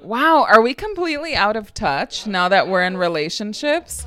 Wow, are we completely out of touch now that we're in relationships?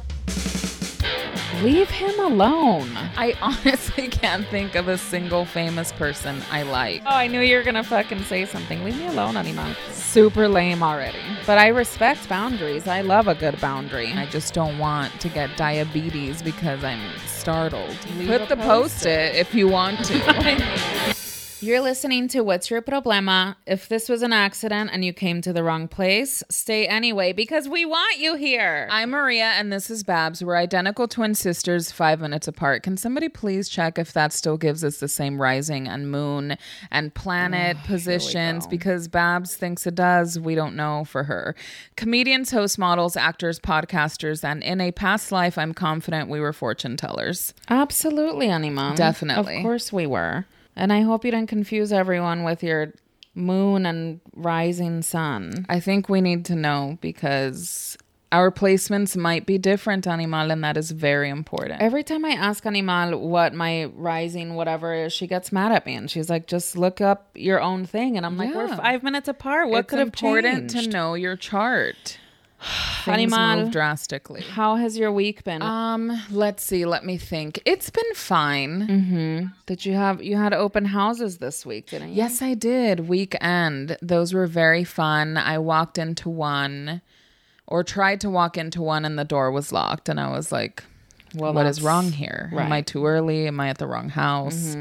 Leave him alone. I honestly can't think of a single famous person I like. Oh, I knew you were gonna fucking say something. Leave me alone, Anima. Super lame already. But I respect boundaries. I love a good boundary. I just don't want to get diabetes because I'm startled. Leave a Put the post it if you want to. You're listening to What's Your Problema? If this was an accident and you came to the wrong place, stay anyway because we want you here. I'm Maria and this is Babs. We're identical twin sisters, five minutes apart. Can somebody please check if that still gives us the same rising and moon and planet positions? go. Because Babs thinks it does. We don't know for her. Comedians, host models, actors, podcasters, and in a past life, I'm confident we were fortune tellers. Absolutely, Anima. Definitely. Of course we were. And I hope you didn't confuse everyone with your moon and rising sun. Mm-hmm. I think we need to know because our placements might be different, Animal, and that is very important. Every time I ask Animal what my rising whatever is, she gets mad at me and she's like, just look up your own thing. And I'm like, we're Yeah. five minutes apart. What It's could have important to changed? know your chart. Things Animal. move drastically. How has your week been? Um, let's see. Let me think. It's been fine. Did you have you had open houses this week, didn't you? Yes, I did. Weekend. Those were very fun. I walked into one or tried to walk into one and the door was locked and I was like, well, what is that's- wrong here? Am I right. Mm-hmm. too early? Am I at the wrong house?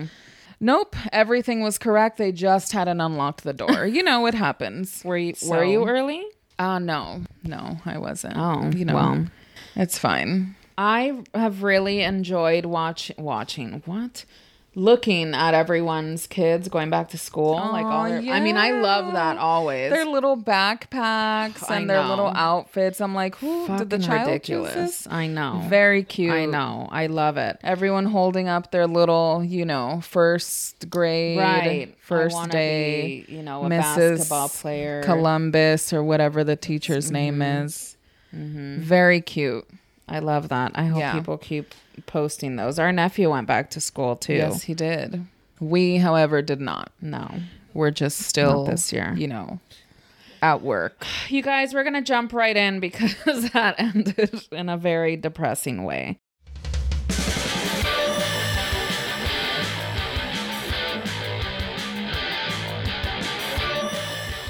Nope, everything was correct. They just hadn't unlocked the door. you know, it happens. Were you So- were you early? Uh no. No, I wasn't. Oh, you know. well. It's fine. I have really enjoyed watch watching what looking at everyone's kids going back to school like all Aw, their, I mean I love that yeah. always Their little backpacks I and their little know. outfits. I'm like, who did the Fucking child ridiculous. ridiculous I know Very cute. I know I love it Everyone holding up their little, you know, first grade, right I first wanna day, be, you know a Mrs. basketball player Mm-hmm. Columbus or whatever the teacher's name is. Very cute. I love that I hope Yeah. people keep posting those our nephew went back to school too Yes, he did. We, however, did not. no We're just still this year. you know, at work. you guys we're gonna jump right in because that ended in a very depressing way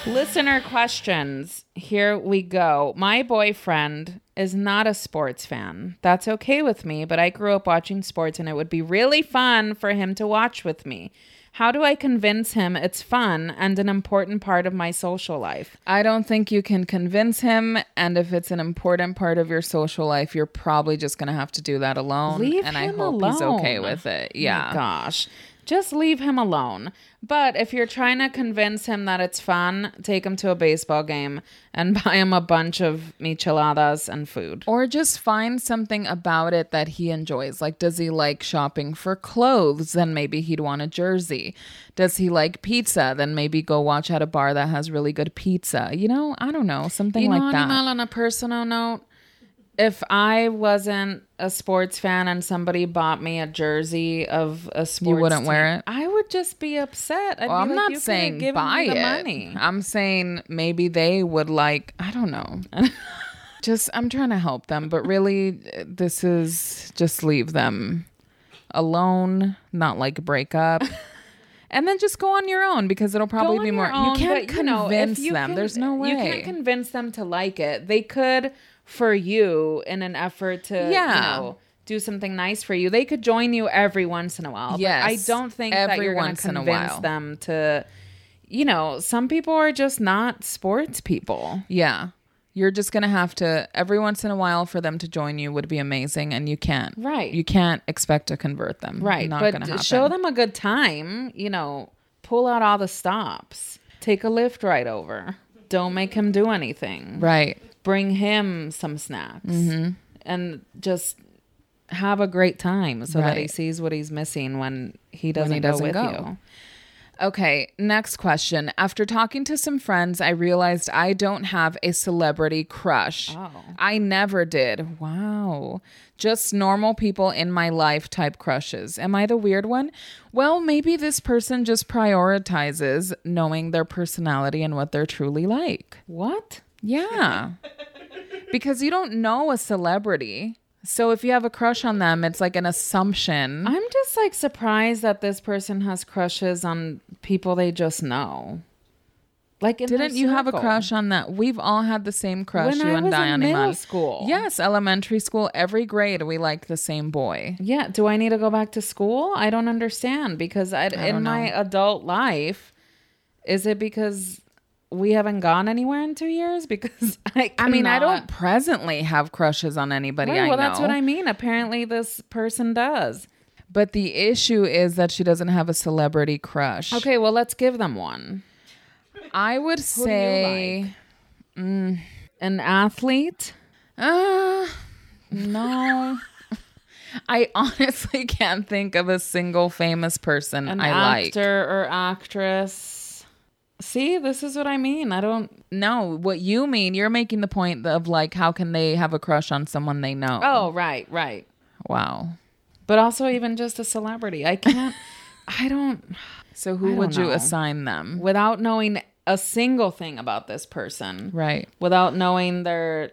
Listener questions. Here we go. My boyfriend is not a sports fan. That's okay with me, but I grew up watching sports and it would be really fun for him to watch with me. How do I convince him it's fun and an important part of my social life? I don't think you can convince him. And if it's an important part of your social life, you're probably just going to have to do that alone. Leave and him I hope he's okay alone. with it. My Yeah. gosh. Just leave him alone. But if you're trying to convince him that it's fun, take him to a baseball game and buy him a bunch of micheladas and food. Or just find something about it that he enjoys. Like, does he like shopping for clothes? Then maybe he'd want a jersey. Does he like pizza? Then maybe go watch at a bar that has really good pizza. You know, I don't know, something You like know, that. Animal, on a personal note, if I wasn't a sports fan and somebody bought me a jersey of a sports, wouldn't team, wear it? I would just be upset. I'd Well, I'm be like, "You not could've saying given me buy the it. money. I'm saying maybe they would like, I don't know. just, I'm trying to help them, but really, this is just leave them alone, not like break up. And then just go on your own because it'll probably Go on be your more. own, you can't but, know, if convince you them. can- There's no way. You can't convince them to like it. They could for you in an effort to Yeah. you know, do something nice for you. They could join you every once in a while. But I Yes, don't think that every you're going to once in a convince while. them to you know, some people are just not sports people. yeah. You're just going to have to, every once in a while, for them to join you would be amazing. And you can't. Right. You can't expect to convert them. Right. Not but going to d- happen. show them a good time, you know, pull out all the stops. Take a lift right over. Don't make him do anything. Right. bring him some snacks Mm-hmm. and just have a great time so that he Right. sees what he's missing when he doesn't, doesn't go with go. you. Okay, next question. After talking to some friends, I realized I don't have a celebrity crush. Oh. I never did. Wow. Just normal people in my life type crushes. Am I the weird one? Well, maybe this person just prioritizes knowing their personality and what they're truly like. What? Yeah. because you don't know a celebrity. So if you have a crush on them, it's like an assumption. I'm just like surprised that this person has crushes on people they just know. Like, in their Didn't you have a circle. crush on that? We've all had the same crush. When you I and was I in on middle Iman. school. Yes, elementary school. Every grade, we liked the same boy. Yeah. Do I need to go back to school? I don't understand because I, in don't know. my adult life, is it because we haven't gone anywhere in two years? Because I, I mean, I cannot- don't presently have crushes on anybody. Right, I well, that's what know. I mean. Apparently, this person does. But the issue is that she doesn't have a celebrity crush. Okay, well, let's give them one. I would you say, An athlete. uh, no. I honestly can't think of a single famous person an I like. actor or actress. See, this is what I mean. I don't. No, what you mean, you're making the point of like, how can they have a crush on someone they know? Oh, right, right. Wow. But also, even just a celebrity, I can't. I don't. So who don't would you know. assign them? Without knowing a single thing about this person, Right. without knowing their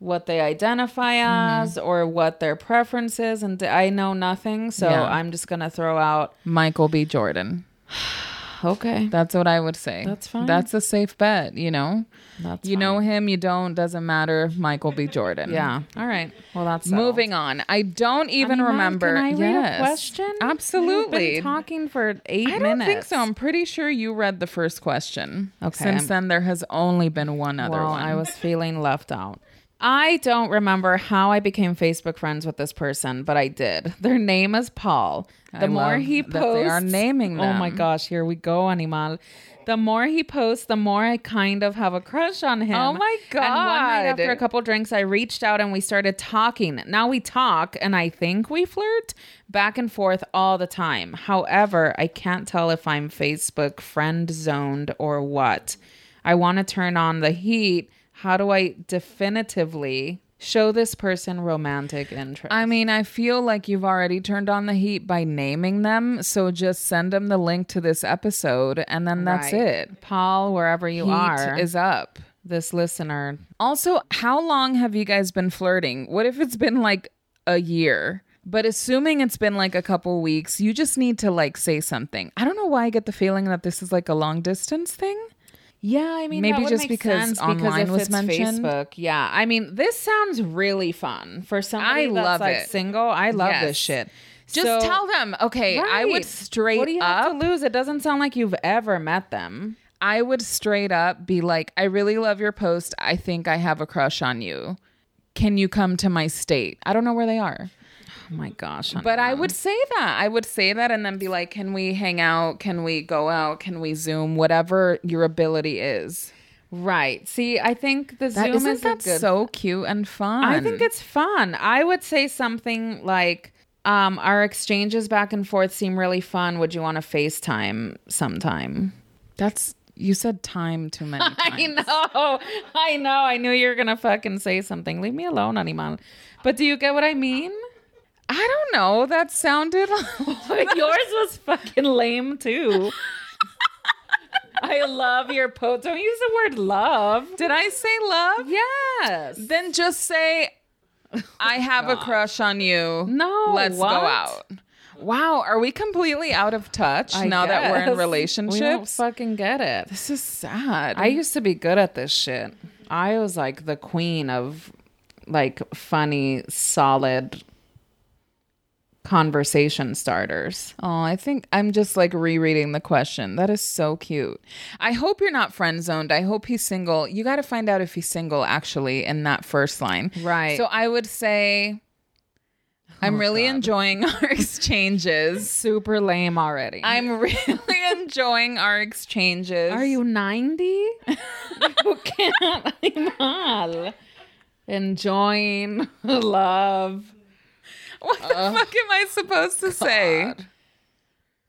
what they identify as or what their preferences, and I know nothing. So Yeah. I'm just gonna throw out. Michael B. Jordan. Okay, That's what I would say. That's fine. That's a safe bet, you know? that's you know him, you don't, doesn't matter. Michael B. Jordan. Yeah. All right. Well, that's settled. Mm-hmm. Moving on. I don't even Iman, remember. Can I read Yes. a question? Absolutely. We've been talking for eight I minutes. don't think so. I'm pretty sure you read the first question. Okay, Since I'm- then, there has only been one other well, one. I was feeling left out. I don't remember how I became Facebook friends with this person, but I did. Their name is Paul. The I more love he that posts, they are naming Oh my them. gosh, here we go, Animal. The more he posts, the more I kind of have a crush on him. Oh my And one night God. after a couple drinks, I reached out and we started talking. Now we talk, and I think we flirt back and forth all the time. However, I can't tell if I'm Facebook friend zoned or what. I want to turn on the heat. How do I definitively show this person romantic interest? I mean, I feel like you've already turned on the heat by naming them. So just send them the link to this episode, and then that's Right. it. Paul, wherever you Heat are, is up. this listener. Also, how long have you guys been flirting? What if it's been like a year? But assuming it's been like a couple weeks, you just need to like say something. I don't know why I get the feeling that this is like a long distance thing. Yeah, I mean, Maybe that would just make because sense online if was it's mentioned. Facebook. Yeah, I mean, this sounds really fun for somebody I that's love like it. single. I love Yes. this shit. Just So- tell them, okay, I Right. would straight What do you up have to lose? It doesn't sound like you've ever met them. I would straight up be like, I really love your post. I think I have a crush on you. Can you come to my state? I don't know where they are. Oh my gosh! But I would say that. I would say that and then be like, can we hang out? Can we go out? Can we Zoom? Whatever your ability is. right. See, I think the That, Zoom isn't is that a good so cute and fun? I think it's fun. I would say something like, um, our exchanges back and forth seem really fun. Would you want to FaceTime sometime? that's you said time too many times. I know. I know. I knew you were going to fucking say something. Leave me alone, Animal. But do you get what I mean? I don't know. That sounded Yours was fucking lame, too. I love your post. Don't use the word love. Did I say love? Yes. Then just say, I have a crush on you. No, Let's what? go out. Wow. Are we completely out of touch I now that we're guess. in relationships? We don't fucking get it. this is sad. I used to be good at this shit. I was like the queen of like funny, solid conversation starters. oh, I think I'm just like rereading the question. That is so cute. I hope you're not friend zoned. I hope he's single. You got to find out if he's single actually in that first line. Right. So Oh I would say, I'm really enjoying our exchanges. Super lame already. I'm really enjoying our exchanges. Are you 90? you can't. I'm all enjoying love. What the fuck am I supposed to say?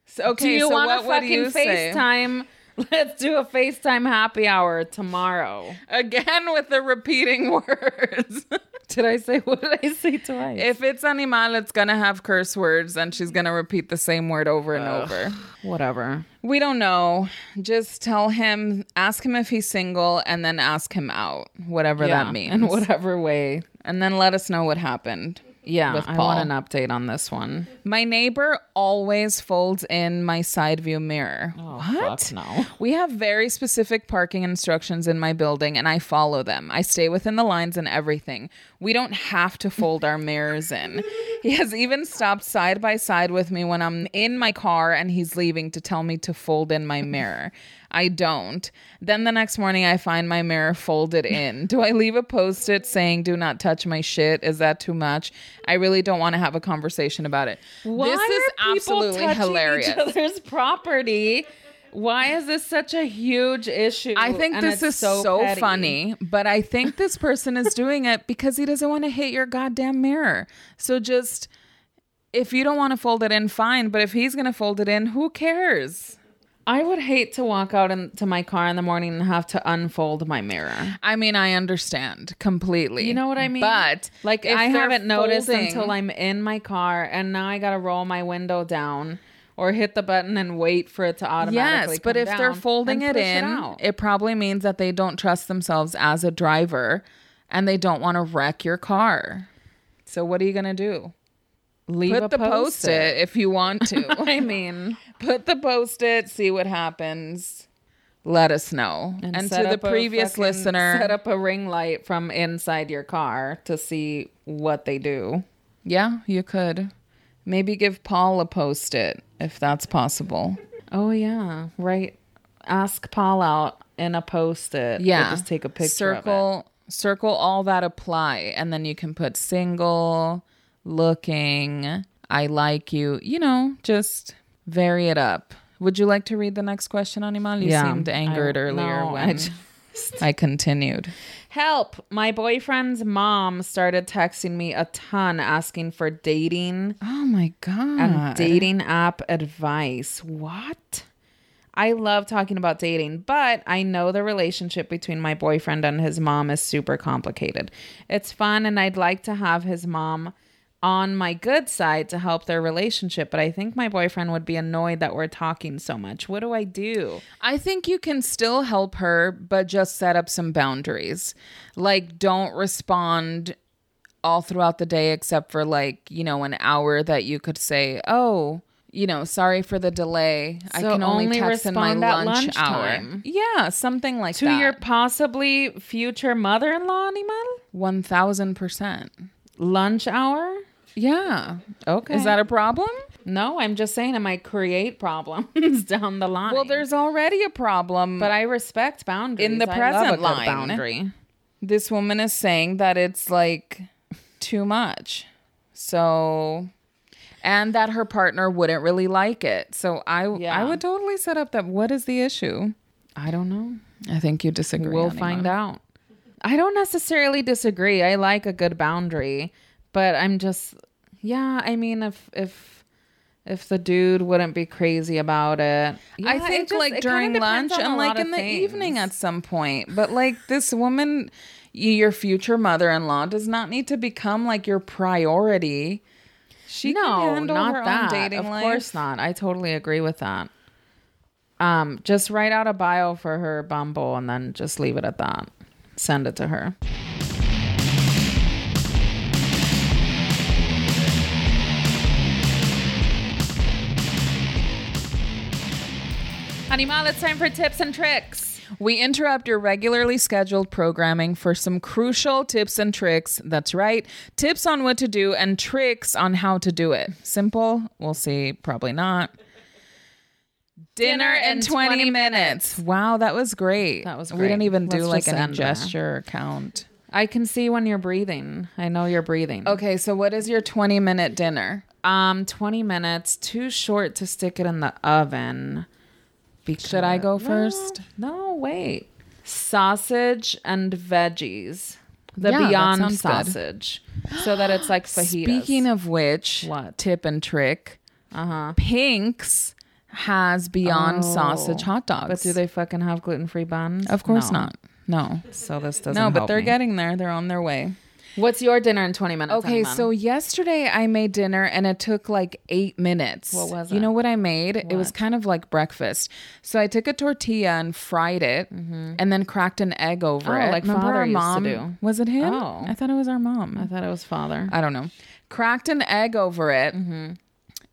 So, okay, do you so want what to would fucking you say? FaceTime? Let's do a FaceTime happy hour tomorrow. Again with the repeating words. Did I say what did I say twice? if it's animal, it's gonna have curse words and she's gonna repeat the same word over and over. Whatever. We don't know. Just tell him, ask him if he's single, and then ask him out, whatever that means. In whatever way. and then let us know what happened. Yeah. With I Paul. want an update on this one. My neighbor always folds in my side view mirror. what? Fuck no. We have very specific parking instructions in my building and I follow them. I stay within the lines and everything. We don't have to fold our mirrors in. He has even stopped side by side with me when I'm in my car and he's leaving to tell me to fold in my mirror. I don't. Then the next morning I find my mirror folded in. Do I leave a post it saying do not touch my shit? Is that too much? I really don't want to have a conversation about it. this is are people absolutely touching hilarious. Each other's property. Why is this such a huge issue? I think And this it's is so, petty. funny, but I think this person is doing it because he doesn't want to hit your goddamn mirror. So just if you don't want to fold it in, fine. But if he's gonna fold it in, who cares? I would hate to walk out into my car in the morning and have to unfold my mirror. I mean, I understand completely. You know what I mean? But like, if I they're haven't noticed folding- until I'm in my car, and now I gotta roll my window down or hit the button and wait for it to automatically. Yes, but come if they're down folding and it push in, out. it probably means that they don't trust themselves as a driver, and they don't want to wreck your car. So what are you gonna do? leave Put a the post it if you want to. I mean, put the post it, see what happens. Let us know. And, set to the up a previous fucking- set listener, up a ring light from inside your car to see what they do. yeah, you could. Maybe give Paul a post it if that's possible. Oh yeah, right. Ask Paul out in a post it. Yeah. just take a picture. Circle. Circle circle all that apply and then you can put single, looking, I like you. You know, just vary it up. Would you like to read the next question, Animal? You Yeah. seemed I- angered earlier no, I when I, just- continued. Help! My boyfriend's mom started texting me a ton asking for dating Oh my god. and dating app advice. What? I love talking about dating, but I know the relationship between my boyfriend and his mom is super complicated. It's fun, and I'd like to have his mom on my good side to help their relationship, but I think my boyfriend would be annoyed that we're talking so much. What do I do? I think you can still help her, but just set up some boundaries. Like, don't respond all throughout the day, except for like, you know, an hour that you could say, oh, you know, sorry for the delay. I So can only, only text in my respond at lunch hour. lunchtime. Yeah, something like To that. your possibly future mother in law, Animal? 1000%. Lunch hour? Yeah. Okay. Is that a problem? No, I'm just saying it might create problems down the line. Well, there's already a problem. But I respect boundaries. In the I love present a good line. boundary. this woman is saying that it's like too much. So and that her partner wouldn't really like it. So I Yeah. I would totally set up that what is the issue? I don't know. I think you disagree. We'll find out. I don't necessarily disagree. I like a good boundary, but I'm just yeah, I mean if if if the dude wouldn't be crazy about it. I Yeah, it think just- like it kinda during depends lunch on a and lot like of in the things. evening at some point. But like this woman y- your future mother-in-law does not need to become like your priority. She no, can handle not her that. own dating of life. course not. I totally agree with that. Um, just write out a bio for her Bumble and then just leave it at that. Send it to her. Animal, it's time for tips and tricks. We interrupt your regularly scheduled programming for some crucial tips and tricks. That's right, tips on what to do and tricks on how to do it. Simple? We'll see. Probably not. Dinner, in 20, minutes. Wow, that was great. That was We great. didn't even do Let's like just any end there. gesture or count. I can see when you're breathing. I know you're breathing. Okay, so what is your 20 minute dinner? Um, 20 minutes, too short to stick it in the oven. Because, Should I go No, first? No, wait. Sausage and veggies. The Yeah, that Beyond sounds good. sausage. So that it's like fajitas. Speaking of which, What? tip and trick? uh-huh. Pink's has Beyond Oh. Sausage hot dogs. But do they fucking have gluten free buns? Of course No. not. No. So this doesn't. No, but help they're me. getting there. They're on their way. What's your dinner in twenty minutes? Okay, Hanuman? so yesterday I made dinner and it took like eight minutes. What was You it? know what I made? It was kind of like breakfast. So I took a tortilla and fried it, and then cracked an egg over Mm-hmm. Oh, it. like Remember father our used to mom? do. Was it him? Oh. I thought it was our mom. I Mm-hmm. thought it was father. I don't know. Cracked an egg over it.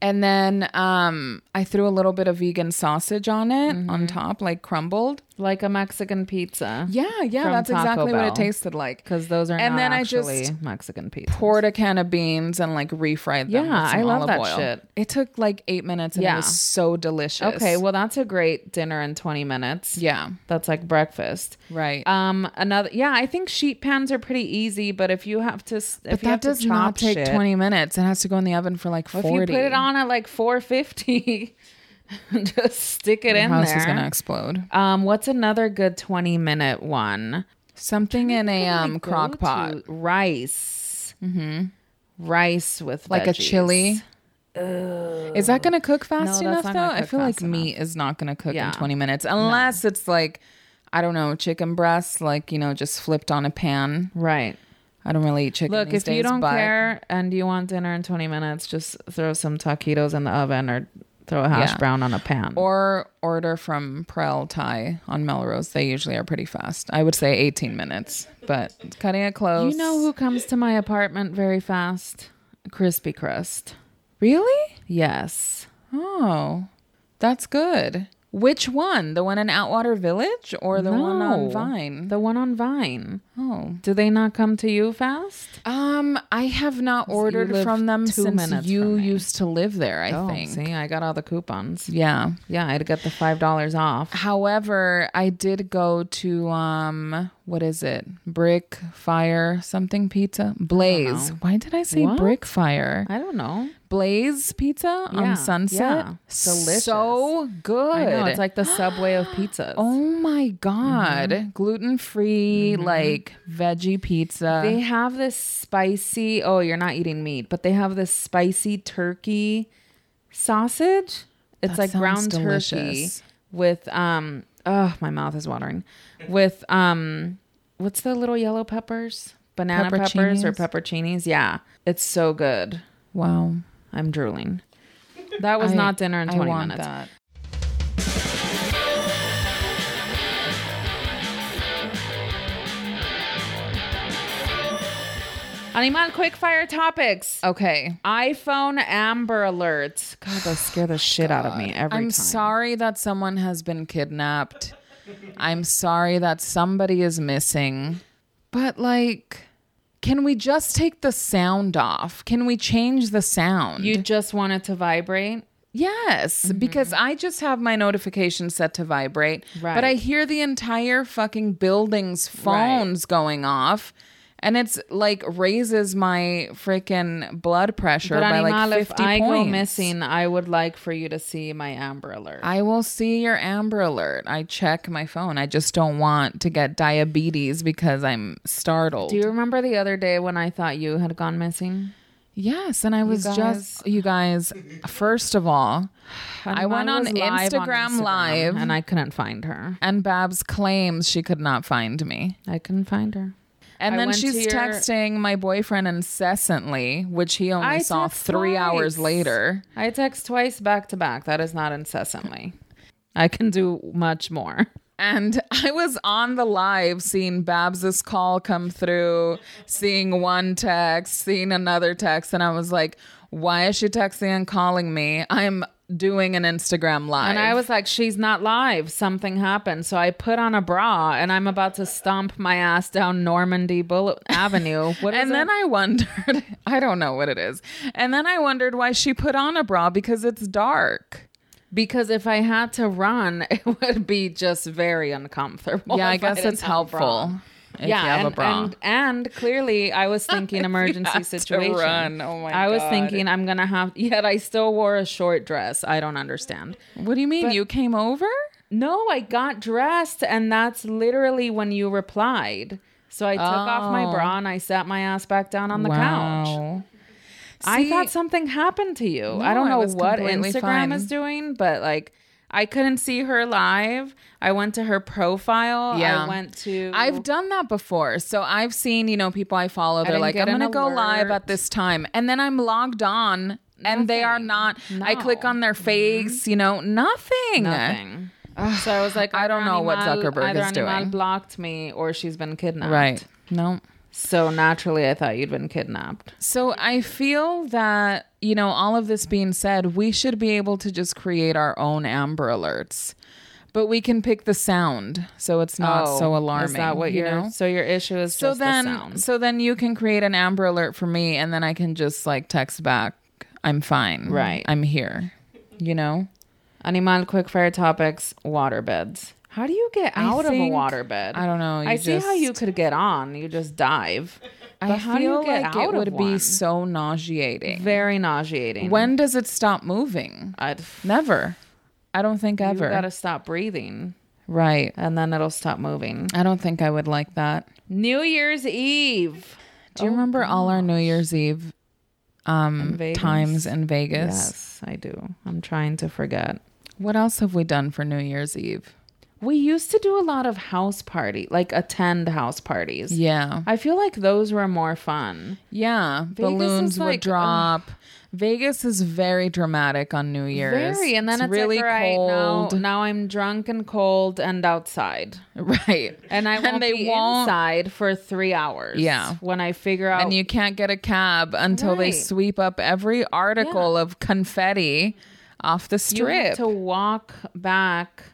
And then um, I threw a little bit of vegan sausage on it, Mm-hmm. on top, like crumbled. like a Mexican pizza. Yeah, yeah, From that's Taco exactly what Bell. it tasted like. because those are And not then I actually just Mexican pizza. Poured a can of beans and like refried them. Yeah, with some I love olive that oil. shit. It took like eight minutes and it Yeah. was so delicious. Okay, well that's a great dinner in twenty minutes. yeah, Uh, that's like breakfast. right. Um, another yeah, I think sheet pans are pretty easy, but if you have to, s- but if you have that to does not chop take shit- twenty minutes. It has to go in the oven for like If forty. you put it on at like four fifty, just stick it the in house there. is gonna explode. Um, what's another good twenty minute one? Something in a um Like, go crock pot, to rice. Mm-hmm. Rice with like a veggies. chili. Is that gonna cook fast that's enough not though? gonna I cook feel like fast enough. meat is not gonna cook Yeah. in twenty minutes unless it's like. I don't know, chicken breasts, like, you know, just flipped on a pan. Right. I don't really eat chicken. Look, these if you days, don't but- care and you want dinner in 20 minutes, just throw some taquitos in the oven or throw a hash Yeah. brown on a pan. or order from Prel Thai on Melrose. They usually are pretty fast. I would say 18 minutes, but cutting it close. you know who comes to my apartment very fast? Crispy Crust. Really? Yes. Oh, that's good. Which one? The one in Outwater Village or the one on No. Vine? The one on Vine. oh. Do they not come to you fast? Um, I have not ordered live from them two since minutes you from me. used to live there, I oh, think. see, I got all the coupons. Yeah. Yeah, I'd get the $5 off. However, I did go to um what is it? Brick Fire something pizza? Blaze. Why did I say What? Brick Fire? I don't know. Blaze Pizza Yeah, on Sunset. yeah. Delicious. So good. I know. It's like the subway of pizzas. Oh my god. Mm-hmm. Gluten free, like veggie pizza. They have this spicy. Oh, you're not eating meat, but they have this spicy turkey sausage. It's That like ground sounds delicious. turkey with um. Oh, my mouth is watering. With um, what's the little yellow peppers? Banana peppers or pepperoncinis? Yeah, it's so good. wow. I'm drooling. That was I- not dinner in I 20 want minutes. that. Animal quickfire topics. Okay. iPhone Amber Alerts. God, those scare the shit out of me every I'm time. sorry that someone has been kidnapped. I'm sorry that somebody is missing. But like can we just take the sound off? Can we change the sound? You Mm-hmm. just want it to vibrate. Yes, because I just have my notification set to vibrate, but Right. I hear the entire fucking building's phones going off. And it's like raises my freaking blood pressure But by animal, like if 50 I points. go missing, I would like for you to see my Amber Alert. I will see your Amber Alert. I check my phone. I just don't want to get diabetes because I'm startled. Do you remember the other day when I thought you had gone missing? yes, and I was guys- just you guys. First of all, I went Mine on was live Instagram, Live, and I couldn't find her. and Babs claims she could not find me. I couldn't find her. And I then went to she's your- texting my boyfriend incessantly, which he only I saw text three hours twice. later. I text twice back to back. That is not incessantly. I can do much more. And I was on the live seeing Babs's call come through, seeing one text, seeing another text, and I was like, why is she texting and calling me? I'm doing an Instagram live. And I was like, she's not live. Something happened. So I put on a bra and I'm about to stomp my ass down Normandy Bullet Avenue. What is and then it? I wondered, I don't know what it is. And then I wondered why she put on a bra because it's dark. Because if I had to run, it would be just very uncomfortable. yeah, I if guess didn't it's have a bra. helpful. If yeah, you have and, a bra. and and clearly I was thinking emergency had to situation. run, oh my I was God. thinking I'm gonna have. Yet I still wore a short dress. I don't understand. what do you mean? you came over? No, I got dressed, and that's literally when you replied. So I took off my Oh. bra and I sat my ass back down on the couch. Wow. I See, thought something happened to you. I No, don't I know was what completely Instagram fine. is doing, but like I couldn't see her live. I went to her profile. I Yeah. went to I've done that before. So I've seen, you know, people I follow, they're didn't like, get I'm an going to go live alert. at this time. And then I'm logged on and they are Nothing. not. I click No. Mm-hmm. on their face, you know, nothing. nothing. So I was like, I don't either know what Animal- Zuckerberg either is doing. Animal blocked me, or she's been kidnapped. Right. No. So naturally, I thought you'd been kidnapped. So I feel that, you know, all of this being said, we should be able to just create our own Amber Alerts. But we can pick the sound, so it's not Oh, so alarming. Is that what you your know? so your issue is? so just then the sound. so then you can create an amber alert for me and then i can just like text back i'm fine Right. i'm here you know Animal quickfire topics: waterbeds. How do you get I out of a think- waterbed? I don't know, you I see how just- you could get on. You just dive. i But how do you feel get like out it of would one? be so nauseating very nauseating. when does it stop moving I'd never i don't think you ever gotta stop breathing, right and then it'll stop moving. i don't think i would like that New Year's Eve. do you remember all our new year's eve um Vegas? times in vegas Yes, I do. I'm trying to forget. what else have we done for new year's eve We used to do a lot of house party, like attend house parties. yeah I feel like those were more fun. Yeah, is balloons like, would drop. Vegas is very dramatic on New Year's. Very, and then it's, really like, all right, cold. Now, now I'm drunk and cold and outside, Right. and I And won't they be won't- inside for three hours. Yeah. when I figure out And you can't get a cab until they Right. sweep up every article of confetti off the you strip. have to walk back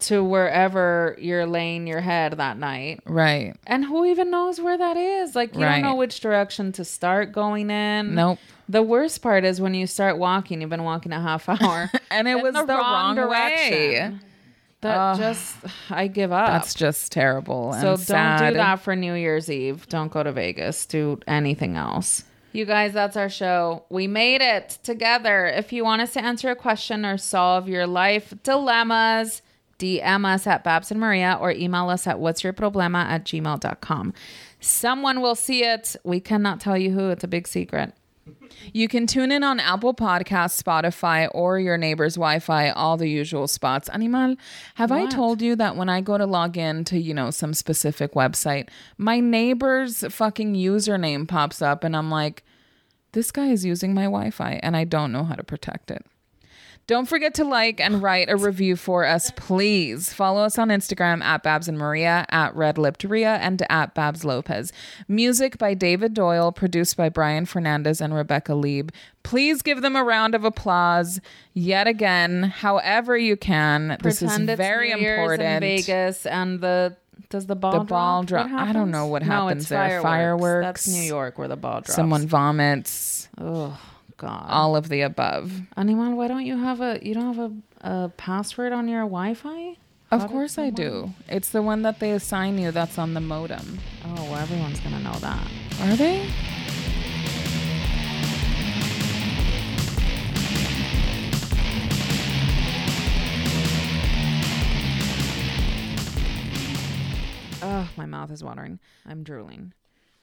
to wherever you're laying your head that night. right. And who even knows where that is? Like you Right. don't know which direction to start going in. Nope. The worst part is when you start walking, you've been walking a half hour. And it in was the, wrong, way. direction. That just I give up. That's just terrible. so and don't sad. do that for New Year's Eve. Don't go to Vegas. Do anything else. You guys, that's our show. We made it together. If you want us to answer a question or solve your life dilemmas, DM us at Babs and Maria or email us at what's your problema at gmail.com. Someone will see it. We cannot tell you who. It's a big secret. You can tune in on Apple Podcasts, Spotify, or your neighbor's Wi Fi, all the usual spots. Animal, have I What? told you that when I go to log in to, you know, some specific website, my neighbor's fucking username pops up and I'm like, this guy is using my Wi Fi and I don't know how to protect it. Don't forget to like and write a review for us, please. Follow us on Instagram at Babs and Maria, at Red Lipped Ria, and at Babs Lopez. Music by David Doyle, produced by Brian Fernandez and Rebecca Lieb. Please give them a round of applause yet again, however you can. This is Pretend it's very New Year's important. In Vegas and the does the ball The ball drop? dro- I don't know what happens there. That's Fireworks. New York where the ball drops. Someone vomits, Oh God. all of the above. Anyone? Why don't you have a? You don't have a, a password on your Wi-Fi? Of course I do. It's the one that they assign you that's on the modem. Oh, well, everyone's gonna know that. Are they? Oh, my mouth is watering. I'm drooling.